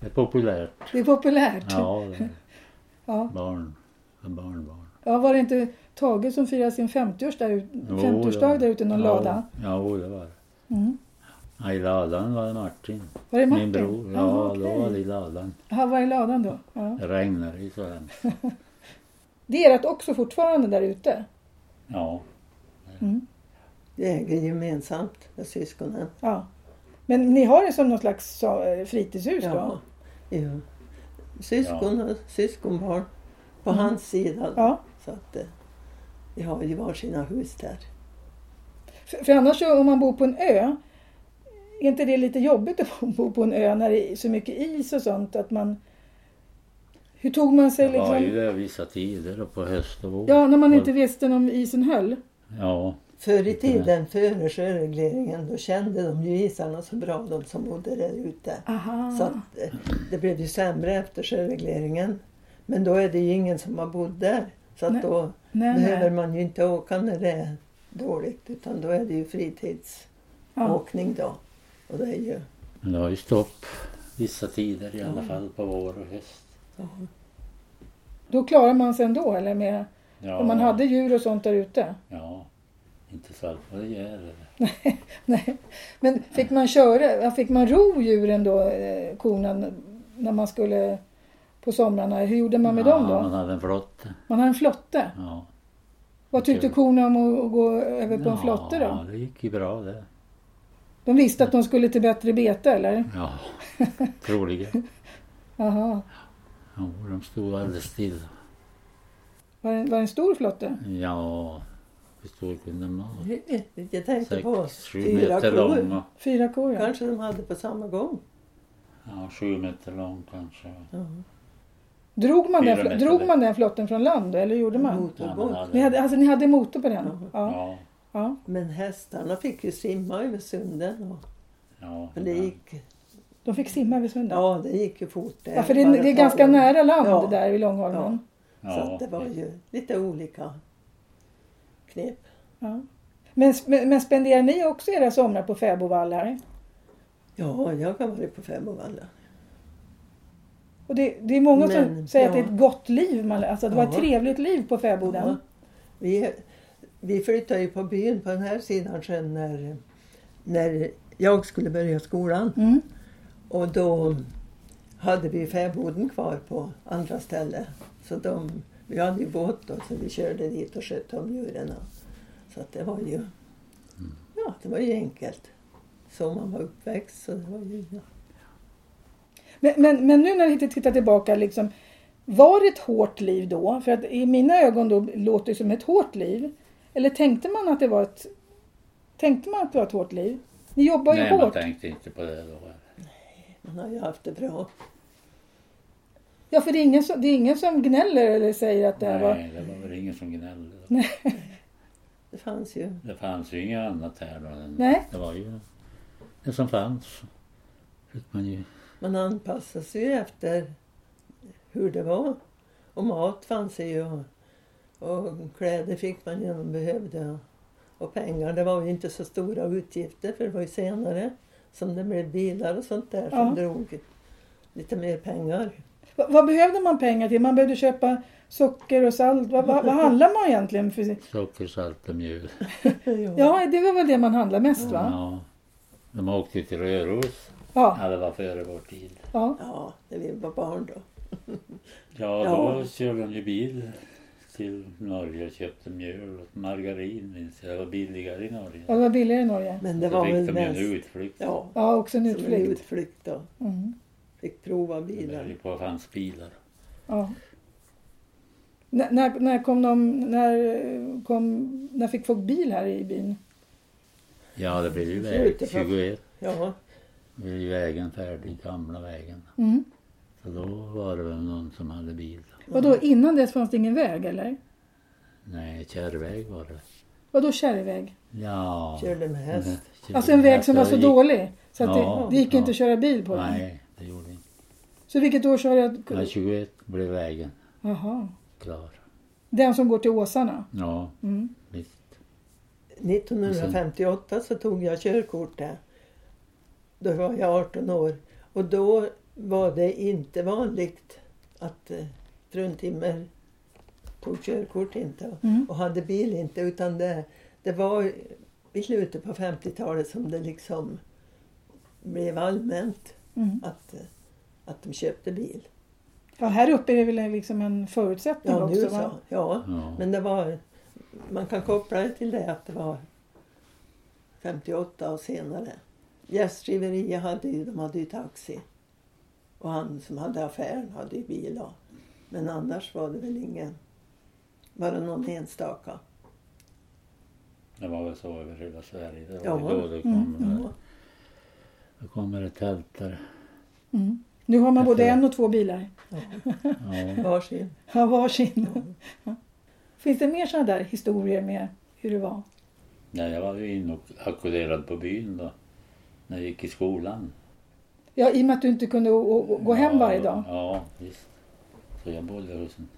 Speaker 2: det är populärt.
Speaker 1: Det är populärt.
Speaker 2: Ja, det är
Speaker 1: Ja.
Speaker 2: barn. Barnbarn.
Speaker 1: Ja, var det inte Tage som firade sin 50-års där, ut-
Speaker 2: Jo,
Speaker 1: 50-årsdag
Speaker 2: det-
Speaker 1: där ute i någon
Speaker 2: ja,
Speaker 1: lada?
Speaker 2: Ja, jo, det var det.
Speaker 1: Mm.
Speaker 2: Ja, I ladan var det Martin.
Speaker 1: Var det Martin?
Speaker 2: Min bror. Ja,
Speaker 1: Jaha,
Speaker 2: då
Speaker 1: okej.
Speaker 2: var det i ladan.
Speaker 1: Jaha, var är ladan då? Ja.
Speaker 2: Det regnade ju så hemskt.
Speaker 1: Det är ert också fortfarande där ute?
Speaker 2: Ja,
Speaker 3: Vi ägde gemensamt med syskonen.
Speaker 1: Ja. Men ni har det som någon slags sa- fritidshus då?
Speaker 3: ja. Syskon och syskonbarn på hans sida. då.
Speaker 1: Mm. Ja.
Speaker 3: Så att eh, vi har ju var sina hus där.
Speaker 1: För, för annars så, om man bor på en ö, är inte det lite jobbigt att bo på en ö när det är så mycket is och sånt att man... Hur tog man sig
Speaker 2: det var ju
Speaker 1: liksom...
Speaker 2: det vissa tider och på höst och vår.
Speaker 1: Ja, när man inte visste om isen höll.
Speaker 2: Ja,
Speaker 3: Förr i tiden, före sjöregleringen, då kände de ju isarna så bra, de som bodde där ute.
Speaker 1: Aha.
Speaker 3: Så att, eh, det blev ju sämre efter sjöregleringen. Men då är det ju ingen som har bott där. Så
Speaker 1: Nej.
Speaker 3: att då
Speaker 1: nej,
Speaker 3: behöver
Speaker 1: nej.
Speaker 3: man ju inte åka när det är dåligt, utan då är det ju fritidsåkning
Speaker 1: Ja.
Speaker 3: då. Och det är ju...
Speaker 2: men det var ju stopp vissa tider i alla fall på vår och höst.
Speaker 1: Då klarar man sig ändå, eller? Med,
Speaker 2: Ja,
Speaker 1: Om man hade djur och sånt där ute.
Speaker 2: Ja, inte så allt vad det gör. eller?
Speaker 1: Nej. Men fick man köra, ja, fick man ro djuren då, eh, korna, när man skulle på somrarna? Hur gjorde man med
Speaker 2: ja,
Speaker 1: dem
Speaker 2: Man
Speaker 1: då?
Speaker 2: hade en flotte.
Speaker 1: Man hade en flotte.
Speaker 2: Ja.
Speaker 1: Vad- Vad tyckte korna om att att gå över på en flotte
Speaker 2: Ja,
Speaker 1: då?
Speaker 2: det gick ju bra det.
Speaker 1: De visste att de skulle till bättre bete eller?
Speaker 2: Ja, troligen.
Speaker 1: Jaha.
Speaker 2: Jo, de stod alldeles stilla.
Speaker 1: Var det, var det en stor flotte?
Speaker 2: Ja, hur stor kunde de vara?
Speaker 3: Jag tänkte på
Speaker 2: Sex, sju meter lång.
Speaker 3: kor.
Speaker 2: och-
Speaker 1: Fyra kor ja.
Speaker 3: Kanske de hade på samma gång.
Speaker 2: Ja, sju meter lång kanske.
Speaker 3: Ja.
Speaker 1: Drog man, den,
Speaker 2: Fyra
Speaker 1: fl-
Speaker 2: meter.
Speaker 1: drog man den flotten från land då, eller gjorde man?
Speaker 2: Ja, men
Speaker 3: Motorbåt.
Speaker 1: Ni
Speaker 2: hade-
Speaker 1: hade, alltså ni hade motor på den?
Speaker 3: Ja.
Speaker 1: Ja.
Speaker 2: Ja,
Speaker 1: ja.
Speaker 3: Men hästarna fick ju simma över sunden. Och
Speaker 2: ja.
Speaker 3: men det gick,
Speaker 1: De fick simma över sunden?
Speaker 3: ja, det gick ju fort.
Speaker 1: Ja, för det, är- det är ganska nära land
Speaker 3: Ja.
Speaker 1: där vid Långholmen.
Speaker 2: ja.
Speaker 3: Så att det var ju lite olika knep.
Speaker 1: Ja. Men, men, men spenderar ni också era somrar på fäbodvallar?
Speaker 3: Ja, jag har varit på fem och alla.
Speaker 1: Och det, det är många som
Speaker 3: Men,
Speaker 1: säger
Speaker 3: ja.
Speaker 1: att det är ett gott liv. Man, alltså det var ett
Speaker 3: Ja.
Speaker 1: trevligt liv på fäboden.
Speaker 3: Ja. Vi, vi flyttade ju på byn på den här sidan sen när, när jag skulle börja skolan.
Speaker 1: Mm.
Speaker 3: Och då hade vi fäboden kvar på andra stället. Så de, vi hade ju båt då, så vi körde dit och skötte om djuren. Så att det var ju ja, det var ju enkelt. Så man var uppväxt. Så det var ju, ja.
Speaker 1: Men, men, men nu när vi tittar tillbaka, liksom, var det ett hårt liv då? För att i mina ögon då låter det som ett hårt liv. Eller tänkte man att det var ett, tänkte man att det var ett hårt liv? Ni jobbar ju
Speaker 2: Nej, man
Speaker 1: hårt.
Speaker 2: tänkte inte på det då.
Speaker 3: Man har ju haft det bra.
Speaker 1: Ja, för det är, ingen som, det är ingen som gnäller eller säger att det här var...
Speaker 2: Nej, det var väl ingen som gnällde. då.
Speaker 3: Det fanns ju.
Speaker 2: Det fanns ju inget annat här då. än-
Speaker 1: Nej.
Speaker 2: Det var ju det som fanns. Fick man ju.
Speaker 3: Man anpassade sig ju efter hur det var. Och mat fanns ju. Och, och kläder fick man ju när man behövde. Och, och pengar, det var ju inte så stora utgifter för det var ju senare som det blev bilar och sånt där som
Speaker 1: Ja.
Speaker 3: drog lite mer pengar.
Speaker 1: Vad, vad behövde man pengar till? Man behövde köpa socker och salt. Vad, vad, vad handlar man egentligen för?
Speaker 2: Socker, salt och mjöl.
Speaker 1: Ja, det var väl det man handlade mest va?
Speaker 2: Ja. De åkte till Röros.
Speaker 1: Ja.
Speaker 2: Ja, det var före vår tid.
Speaker 1: ja.
Speaker 3: ja, när vi var barn då.
Speaker 2: Ja,
Speaker 3: Ja.
Speaker 2: då körde de ju bil till Norge och köpte mjöl och margarin minns jag. Det var billigare i
Speaker 1: ja
Speaker 2: Norge.
Speaker 1: det var billigare i Norge.
Speaker 3: Men det
Speaker 2: så
Speaker 3: var
Speaker 2: fick
Speaker 3: väl
Speaker 2: de ju en
Speaker 3: mest...
Speaker 2: utflykt.
Speaker 3: Ja,
Speaker 1: Ja, också en
Speaker 3: som en
Speaker 1: utflykt.
Speaker 3: utflykt då.
Speaker 1: Mm.
Speaker 3: Fick prova
Speaker 2: Det var ju
Speaker 3: bilar.
Speaker 2: på vad fanns bilar.
Speaker 1: Ja. När, när, när kom de, när kom, när fick folk bil här i byn?
Speaker 2: Ja, det blev ju
Speaker 3: Så
Speaker 2: väg
Speaker 3: utifrån.
Speaker 2: 21.
Speaker 3: Ja,
Speaker 2: Det blev ju vägen färdig, gamla vägen.
Speaker 1: Mm.
Speaker 2: Så då var det väl någon som hade bil.
Speaker 1: Och då innan dess fanns det ingen väg eller?
Speaker 2: Nej, kärrväg var det.
Speaker 1: Vadå kärrväg?
Speaker 2: Ja. Mm.
Speaker 3: körde med häst.
Speaker 1: Alltså en väg som var så
Speaker 2: gick-
Speaker 1: dålig så att
Speaker 2: Ja,
Speaker 1: det, det gick
Speaker 2: ja.
Speaker 1: inte att köra bil på den.
Speaker 2: Nej, det gjorde inte.
Speaker 1: Så vilket år körde
Speaker 2: Men
Speaker 1: jag?
Speaker 2: 21 blev vägen
Speaker 1: Jaha.
Speaker 2: klar.
Speaker 1: Den som går till åsarna?
Speaker 2: Ja,
Speaker 1: Mm.
Speaker 2: visst.
Speaker 3: 1958 så tog jag körkortet. Då var jag 18 år. Och då var det inte vanligt att eh, fruntimmer tog körkort inte
Speaker 1: Mm.
Speaker 3: och hade bil inte. Utan det, det var i slutet på 50-talet som det liksom blev allmänt
Speaker 1: Mm.
Speaker 3: att, eh, att de köpte bil.
Speaker 1: Ja, här uppe är det väl liksom en förutsättning
Speaker 3: Ja, nu
Speaker 1: också
Speaker 3: så.
Speaker 1: va?
Speaker 3: Ja,
Speaker 2: Ja.
Speaker 3: men det var... Man kan koppla det till det att det var 58 och senare. Gästgiverier hade ju, de hade ju taxi. Och han som hade affären hade ju bil och- Men annars var det väl ingen... Bara någon enstaka.
Speaker 2: Det var väl så över hela Sverige. Det
Speaker 3: Ja.
Speaker 2: var ju då det
Speaker 1: Mm,
Speaker 2: kom. Mm. Då kommer det tältare.
Speaker 1: Mm. Nu har man både
Speaker 2: Därför-
Speaker 1: en och två bilar.
Speaker 2: Ja.
Speaker 3: Varsin.
Speaker 1: Ja, varsin. Finns det mer sådana där historier med hur det var?
Speaker 2: Nej, jag var ju inackorderad på byn då. När jag gick i skolan.
Speaker 1: Ja, i och med att du inte kunde å- å- gå hem
Speaker 2: ja,
Speaker 1: varje dag.
Speaker 2: Ja, visst. Så jag bodde hos en,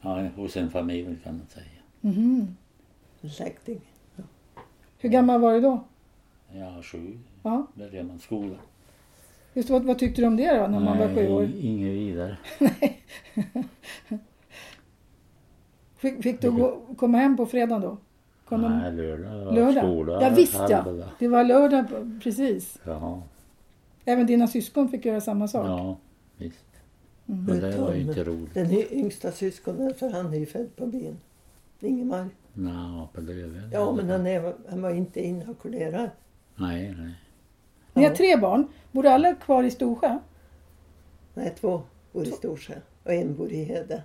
Speaker 2: ja, hos en familj kan man säga.
Speaker 1: Mhm.
Speaker 3: En släkting.
Speaker 1: Hur gammal var du då?
Speaker 2: Ja, sju
Speaker 1: Ja.
Speaker 2: började man skolan.
Speaker 1: Just vad, vad tyckte du om det då när man var sju år?
Speaker 2: Nej, inget vidare.
Speaker 1: Fick, fick du gå, komma hem på fredag då? Kom
Speaker 2: Nej, lördag var
Speaker 1: de, lördag?
Speaker 2: skola.
Speaker 1: ja, visst ja.
Speaker 2: halva dag.
Speaker 1: Det var lördag, precis.
Speaker 2: Ja,
Speaker 1: Även dina syskon fick göra samma sak.
Speaker 2: ja visst.
Speaker 1: Mm.
Speaker 2: Men det var ju inte roligt.
Speaker 3: Den y- yngsta syskonen, för han är ju född på byn. Ingemar?
Speaker 2: Nja, på Löfven.
Speaker 3: Ja, men han, är, han var inte inackorderad.
Speaker 2: Nej, nej.
Speaker 1: Ni har
Speaker 3: Ja.
Speaker 1: tre barn. Bor alla kvar i Storsjö?
Speaker 3: Nej, två bor i Storsjö och en bor i Hede.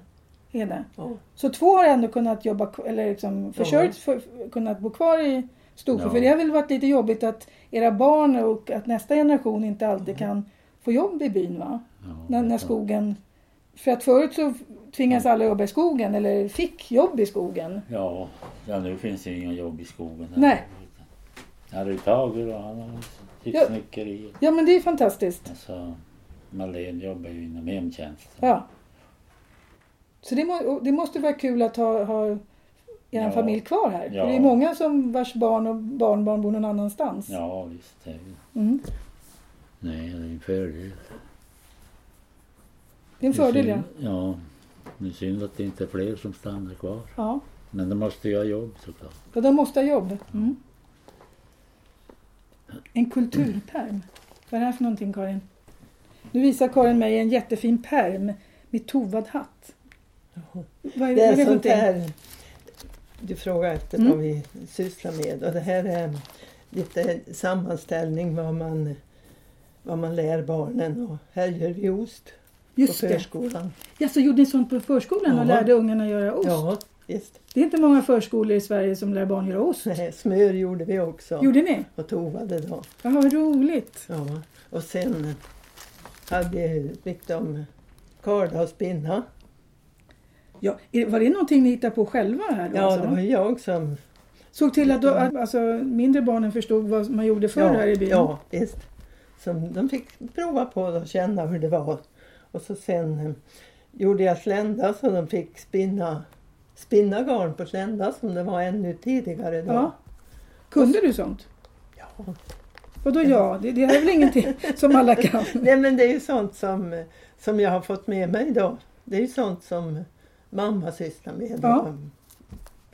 Speaker 1: Är det?
Speaker 3: Ja.
Speaker 1: Så två har ändå kunnat jobba, k- eller liksom försörjt, för, kunnat bo kvar i Storsjö.
Speaker 2: Ja.
Speaker 1: För det har väl varit lite jobbigt att era barn och att nästa generation inte alltid
Speaker 2: Mm.
Speaker 1: kan få jobb i byn va?
Speaker 2: Ja,
Speaker 1: När, när
Speaker 2: ja.
Speaker 1: skogen... För att förut så tvingades alla jobba i skogen eller fick jobb i skogen.
Speaker 2: Ja, ja, nu finns det ju inga jobb i skogen.
Speaker 1: Nej.
Speaker 2: Ja, det är Tage då. Han har
Speaker 1: Ja.
Speaker 2: sitt snickeri.
Speaker 1: Ja men det är fantastiskt.
Speaker 2: Alltså, Malin jobbar ju inom hemtjänst.
Speaker 1: Ja. Så det, må, och det måste vara kul att ha, ha er
Speaker 2: Ja.
Speaker 1: familj kvar här.
Speaker 2: Ja.
Speaker 1: För det är många som vars barn och barnbarn bor någon annanstans.
Speaker 2: Ja, visst. Det är ju...
Speaker 1: Mm.
Speaker 2: Nej, det är en fördel.
Speaker 1: Det är en fördel ja.
Speaker 2: Ja. Det är synd att det inte är fler som stannar kvar.
Speaker 1: ja.
Speaker 2: Men de måste ju ha jobb såklart.
Speaker 1: Ja, de måste ha jobb. Mm. En kulturperm. Vad är det här för någonting Karin? Nu visar Karin mig en jättefin perm med tovad hatt. Vad är
Speaker 3: Det
Speaker 1: vad är
Speaker 3: är
Speaker 1: det för
Speaker 3: sånt
Speaker 1: någonting?
Speaker 3: där du frågar efter
Speaker 1: Mm.
Speaker 3: vad vi sysslar med. Och det här är lite sammanställning vad man, vad man lär barnen. Och här gör vi ost på
Speaker 1: Just det.
Speaker 3: förskolan.
Speaker 1: Ja, så gjorde ni sånt på förskolan och
Speaker 3: Ja.
Speaker 1: lärde ungarna göra ost?
Speaker 3: Ja, visst.
Speaker 1: Det är inte många förskolor i Sverige som lär barn göra ost.
Speaker 3: Nej, smör gjorde vi också.
Speaker 1: Gjorde ni?
Speaker 3: Och tovade då.
Speaker 1: Ja, vad roligt.
Speaker 3: Ja. Och sen hade, jag- fick de karda och spinna.
Speaker 1: Ja, är- var det någonting ni hittade på själva här då?
Speaker 3: Ja,
Speaker 1: alltså?
Speaker 3: det var jag som...
Speaker 1: Såg till att, då, att alltså, mindre barnen förstod vad man gjorde förr
Speaker 3: ja,
Speaker 1: här i byn?
Speaker 3: Ja, visst. Som de fick prova på och känna hur det var. Och så sen eh, gjorde jag slända så de fick spinna, spinna garn på slända som det var ännu tidigare då.
Speaker 1: Ja. Kunde du sånt?
Speaker 3: Ja.
Speaker 1: Vadå ja? Det, det här är väl ingenting som alla kan?
Speaker 3: Nej men det är ju sånt som, eh, som jag har fått med mig då. Det är ju sånt som mamma sysslar med.
Speaker 1: Ja.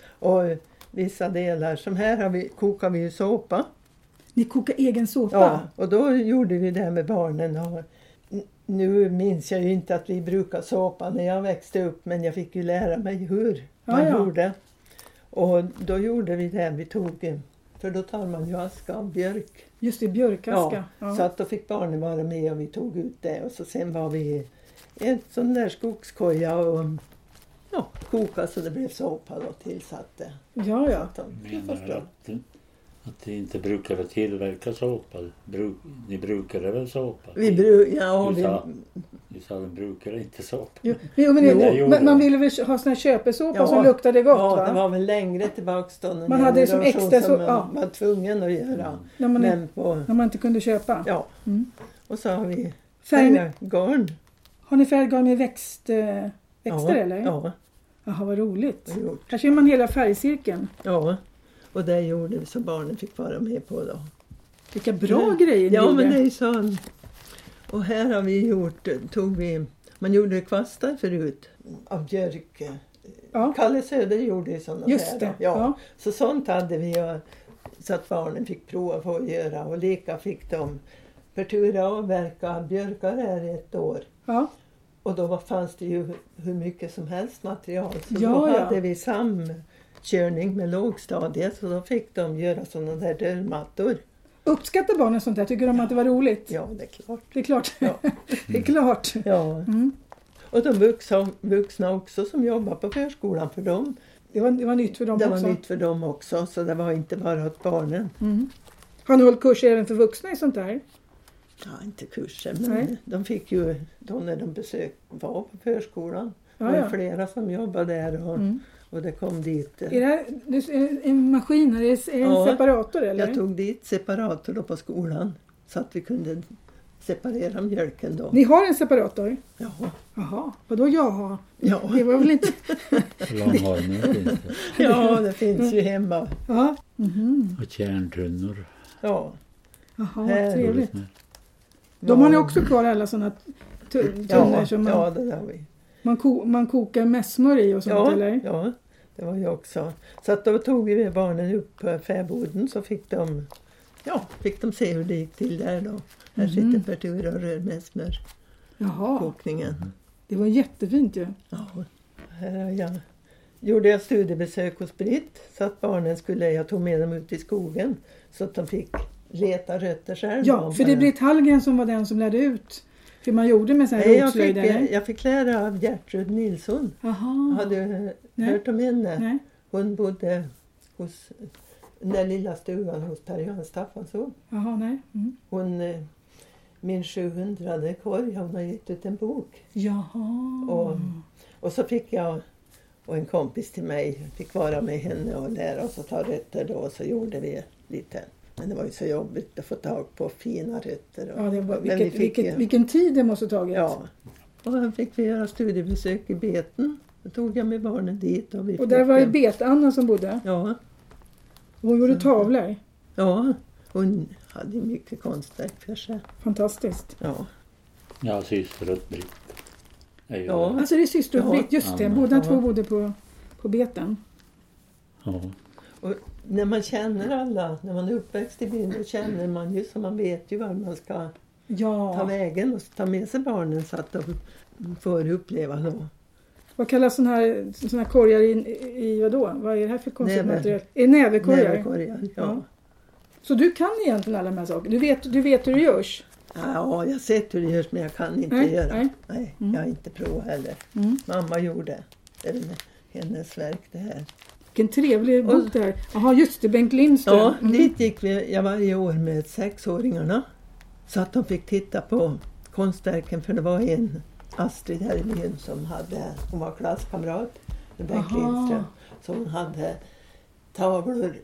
Speaker 3: Och eh, vissa delar, som här har vi, kokar vi ju såpa.
Speaker 1: Ni kokar egen såpa?
Speaker 3: Ja, och då gjorde vi det med barnen. Och n- nu minns jag ju inte att vi brukade såpa när jag växte upp men jag fick ju lära mig hur man
Speaker 1: Ja, ja.
Speaker 3: gjorde. Och då gjorde vi det, vi tog, eh, för då tar man ju aska av björk.
Speaker 1: Just det, björkaska. Ja.
Speaker 3: Så att då fick barnen vara med och vi tog ut det och så sen var vi i en sån där skogskoja och ja, kokade så det blev såpa då tillsatte.
Speaker 1: ja, ja.
Speaker 3: Att de skulle
Speaker 2: Menar du
Speaker 3: förstå.
Speaker 2: att, att ni inte brukade tillverka såpa? Bruk, ni brukade väl såpa?
Speaker 3: Vi bru- ja,
Speaker 2: Du
Speaker 3: vi,
Speaker 2: sa- Du sa att ni brukade inte såpa.
Speaker 1: Jo, jo, men det,
Speaker 2: Jo.
Speaker 1: man, man ville väl ha sån här köpesåpa
Speaker 3: Ja.
Speaker 1: som luktade gott
Speaker 3: ja,
Speaker 1: va?
Speaker 3: det var väl längre tillbaks då. när
Speaker 1: Man hade det som
Speaker 3: generation
Speaker 1: extra så-
Speaker 3: man
Speaker 1: ja.
Speaker 3: var tvungen att göra.
Speaker 1: när, man,
Speaker 3: Men på,
Speaker 1: när man inte kunde köpa.
Speaker 3: ja.
Speaker 1: Mm.
Speaker 3: Och så har vi
Speaker 1: Färg,
Speaker 3: garn.
Speaker 1: har ni färggarn med växt, eh, växter
Speaker 3: ja,
Speaker 1: eller?
Speaker 3: Ja,
Speaker 1: Jaha, vad roligt.
Speaker 3: det har vi gjort.
Speaker 1: Här ser man hela färgcirkeln.
Speaker 3: Ja. Och det gjorde vi så barnen fick vara med på då.
Speaker 1: Vilka bra
Speaker 3: Mm.
Speaker 1: grejer ni
Speaker 3: Ja,
Speaker 1: gjorde.
Speaker 3: men det är ju så. Och här har vi gjort, tog vi, man gjorde kvastar förut av björk.
Speaker 1: Ja,
Speaker 3: Kalle Söder gjorde ju sådana
Speaker 1: just
Speaker 3: där.
Speaker 1: det.
Speaker 3: Ja.
Speaker 1: Ja.
Speaker 3: Så sånt hade vi och, så att barnen fick prova på att göra och lika fick de Pertura avverka björkar här i ett år.
Speaker 1: Ja.
Speaker 3: Och då var, fanns det ju hur mycket som helst material. Så
Speaker 1: Ja,
Speaker 3: då
Speaker 1: ja.
Speaker 3: hade vi samkörning med lågstadiet så då fick de göra sådana där dörrmattor.
Speaker 1: Uppskattar barnen sånt här? Tycker de att det var roligt?
Speaker 3: Ja, det är klart.
Speaker 1: Det är klart.
Speaker 3: Ja.
Speaker 1: det är klart.
Speaker 3: Ja.
Speaker 1: Mm.
Speaker 3: Och de vuxna, vuxna också som jobbar på förskolan för dem.
Speaker 1: Det var, det var nytt för dem
Speaker 3: det
Speaker 1: också.
Speaker 3: var nytt för dem också så det var inte bara åt barnen.
Speaker 1: Mm. Har ni hållit kurser även för vuxna i sånt där?
Speaker 3: Ja, inte kurser, men
Speaker 1: Nej.
Speaker 3: de fick ju då när de besök var på förskolan. Det
Speaker 1: Ja,
Speaker 3: var
Speaker 1: ja.
Speaker 3: flera som jobbade där och,
Speaker 1: Mm.
Speaker 3: och det kom dit. eh,
Speaker 1: Är det här det är en maskin? Är det är det en
Speaker 3: Ja.
Speaker 1: separator eller?
Speaker 3: Jag tog dit separator då på skolan så att vi kunde separera mjölken då.
Speaker 1: Ni har en separator?
Speaker 3: Ja,
Speaker 1: Jaha, vadå jaha?
Speaker 3: ja,
Speaker 1: Det var väl inte...
Speaker 2: Långholmen finns det.
Speaker 3: ja det finns ju hemma.
Speaker 1: Ja. Mhm.
Speaker 2: Och kärntunnor.
Speaker 3: Ja,
Speaker 1: Jaha,
Speaker 3: Här.
Speaker 1: vad trevligt.
Speaker 2: Roligt med.
Speaker 1: De har ni också kvar alla sådana tu- tunnor
Speaker 3: ja,
Speaker 1: som man,
Speaker 3: ja, det har vi.
Speaker 1: man, ko, man kokar mässmör i och sånt
Speaker 3: Ja,
Speaker 1: eller?
Speaker 3: ja, det var jag också. Så att då tog vi barnen upp på fäboden så fick de, ja, fick de se hur det gick till där då. Här
Speaker 1: Mhm.
Speaker 3: sitter Pertura och rör med smörkokningen.
Speaker 1: Jaha, det var jättefint ju.
Speaker 3: Ja, här har jag gjorde jag studiebesök hos Britt så att barnen skulle, jag tog med dem ut i skogen så att de fick leta rötter själva.
Speaker 1: Ja, för det är
Speaker 3: Bara-
Speaker 1: Britt Hallgren som var den som lärde ut hur man gjorde med sån
Speaker 3: Nej,
Speaker 1: här
Speaker 3: jag, fick,
Speaker 1: rotslöjd? eller?
Speaker 3: jag fick lära av Gertrud Nilsson.
Speaker 1: Jaha.
Speaker 3: Har du
Speaker 1: Nej.
Speaker 3: hört om henne?
Speaker 1: Nej.
Speaker 3: Hon bodde hos den där lilla stugan hos Per-Johan Staffansson.
Speaker 1: Jaha, nej. Mm.
Speaker 3: Hon, eh, min 700 korg, hon har gett ut en bok.
Speaker 1: Jaha.
Speaker 3: Och, och så fick jag och en kompis till mig fick vara med henne och lära oss att ta rötter då och så gjorde vi lite. Men det var ju så jobbigt att få tag på fina rötter. Och,
Speaker 1: ja, det var,
Speaker 3: men
Speaker 1: vilket,
Speaker 3: vi fick
Speaker 1: vilket,
Speaker 3: ju-
Speaker 1: vilken tid det måste ha tagit.
Speaker 3: Ja. Och sen fick vi göra studiebesök i beten. Då tog jag med barnen dit. Och, vi
Speaker 1: Och där
Speaker 3: fick
Speaker 1: var det
Speaker 3: en-
Speaker 1: Bet-Anna som bodde.
Speaker 3: Ja,
Speaker 1: Hon
Speaker 3: Mm.
Speaker 1: gjorde tavlor.
Speaker 3: ja. Hon hade ju mycket konstverk för sig.
Speaker 1: Fantastiskt.
Speaker 3: Ja.
Speaker 2: Jag har syster och Britt. Är ju-
Speaker 3: Ja.
Speaker 1: Alltså det är syster och
Speaker 3: Ja.
Speaker 1: Britt, just det.
Speaker 2: Anna.
Speaker 1: Båda
Speaker 3: Ja.
Speaker 1: två bodde på, på beten.
Speaker 2: ja.
Speaker 3: Och när man känner alla, när man är uppväxt i byn, då känner man ju så man vet ju var man ska ta
Speaker 1: Ja.
Speaker 3: vägen och ta med sig barnen så att de får uppleva då.
Speaker 1: Vad kallas sådana här, sån här korgar i, i vadå? Vad är det här för konstigt
Speaker 3: Näver.
Speaker 1: material? I näverkorgar.
Speaker 3: Näverkorgar,
Speaker 1: Ja.
Speaker 3: Ja.
Speaker 1: Så du kan egentligen alla de här sakerna? Du vet, du vet hur det görs?
Speaker 3: ja, jag har sett hur det görs men jag kan inte
Speaker 1: Nej,
Speaker 3: göra.
Speaker 1: nej.
Speaker 3: Nej. Jag har inte provat heller.
Speaker 1: Mm.
Speaker 3: Mamma gjorde. Det är väl hennes verk det här.
Speaker 1: Vilken trevlig bok det här. Jaha, just det. Bengt Lindström.
Speaker 3: Ja,
Speaker 1: Mm.
Speaker 3: dit gick vi, jag varje år med sexåringarna. Så att de fick titta på konstverken för det var en Astrid här i byn som hade, hon var klasskamrat med Bengt
Speaker 1: Aha.
Speaker 3: Lindström. Så hon hade tavlor,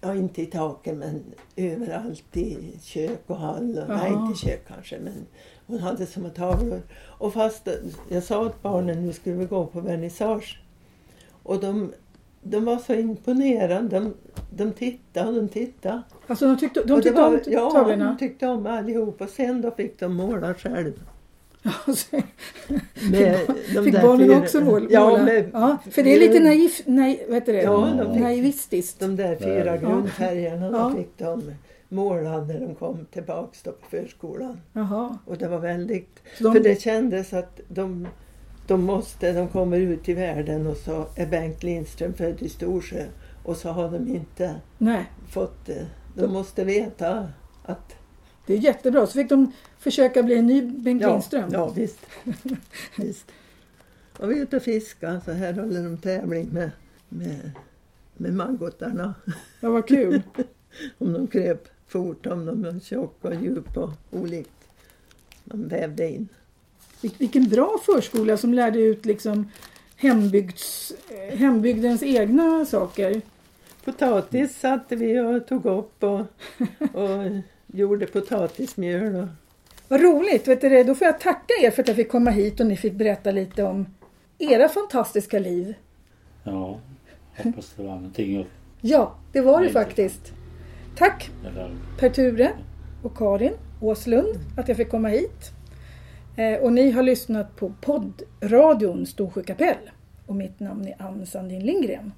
Speaker 3: ja inte i taket men överallt i kök och hall. och- Nej,
Speaker 1: Aha.
Speaker 3: inte i kök kanske men hon hade som tavlor. Och fast jag sa åt barnen nu skulle vi gå på vernissage och de, de var så imponerande. De, de tittade och de tittade.
Speaker 1: Alltså de tyckte, de
Speaker 3: och det
Speaker 1: tyckte
Speaker 3: var,
Speaker 1: om
Speaker 3: ja,
Speaker 1: tavlorna?
Speaker 3: de tyckte om allihop. Och sen då fick de måla själv.
Speaker 1: Alltså,
Speaker 3: Med de
Speaker 1: fick
Speaker 3: där
Speaker 1: barnen
Speaker 3: fyra-
Speaker 1: också mål,
Speaker 3: Ja,
Speaker 1: måla?
Speaker 3: med
Speaker 1: ja, för det är lite naif, nej, vad heter det?
Speaker 3: Ja, de fick-
Speaker 1: naivistiskt.
Speaker 3: de där fyra
Speaker 2: Ja.
Speaker 3: grundfärgerna.
Speaker 1: Ja.
Speaker 3: De fick de måla när de kom tillbaks då på förskolan.
Speaker 1: Jaha.
Speaker 3: Och det var väldigt...
Speaker 1: Så de-
Speaker 3: För det kändes att de, de måste, de kommer ut i världen och så är Bengt Lindström född i Storsjö. Och så har de inte
Speaker 1: Nej,
Speaker 3: fått det. De måste veta att...
Speaker 1: det är jättebra. Så fick de försöka bli en ny Bengt Lindström.
Speaker 3: Ja, visst. visst. Och vi är ute och fiskar så här håller de tävling med, med, med maggotarna.
Speaker 1: Ja, vad kul.
Speaker 3: Om de kröp fort, om de var tjocka och djupa och olikt. Man vävde in.
Speaker 1: Vil- Vilken bra förskola som lärde ut liksom hembygds, eh, hembygdens egna saker.
Speaker 3: Potatis satte vi och tog upp och, och gjorde potatismjöl. Och,
Speaker 1: Vad roligt! Vet du det? Då får jag tacka er för att jag fick komma hit och ni fick berätta lite om era fantastiska liv.
Speaker 2: ja. Hoppas det var någonting att...
Speaker 1: Ja, det var det
Speaker 2: Nej, det-
Speaker 1: faktiskt. Tack
Speaker 2: Eller,
Speaker 1: Per-Ture och Karin Åslund att jag fick komma hit. Eh, och ni har lyssnat på poddradion Storsjö kapell. Och mitt namn är Ann Sandin Lindgren.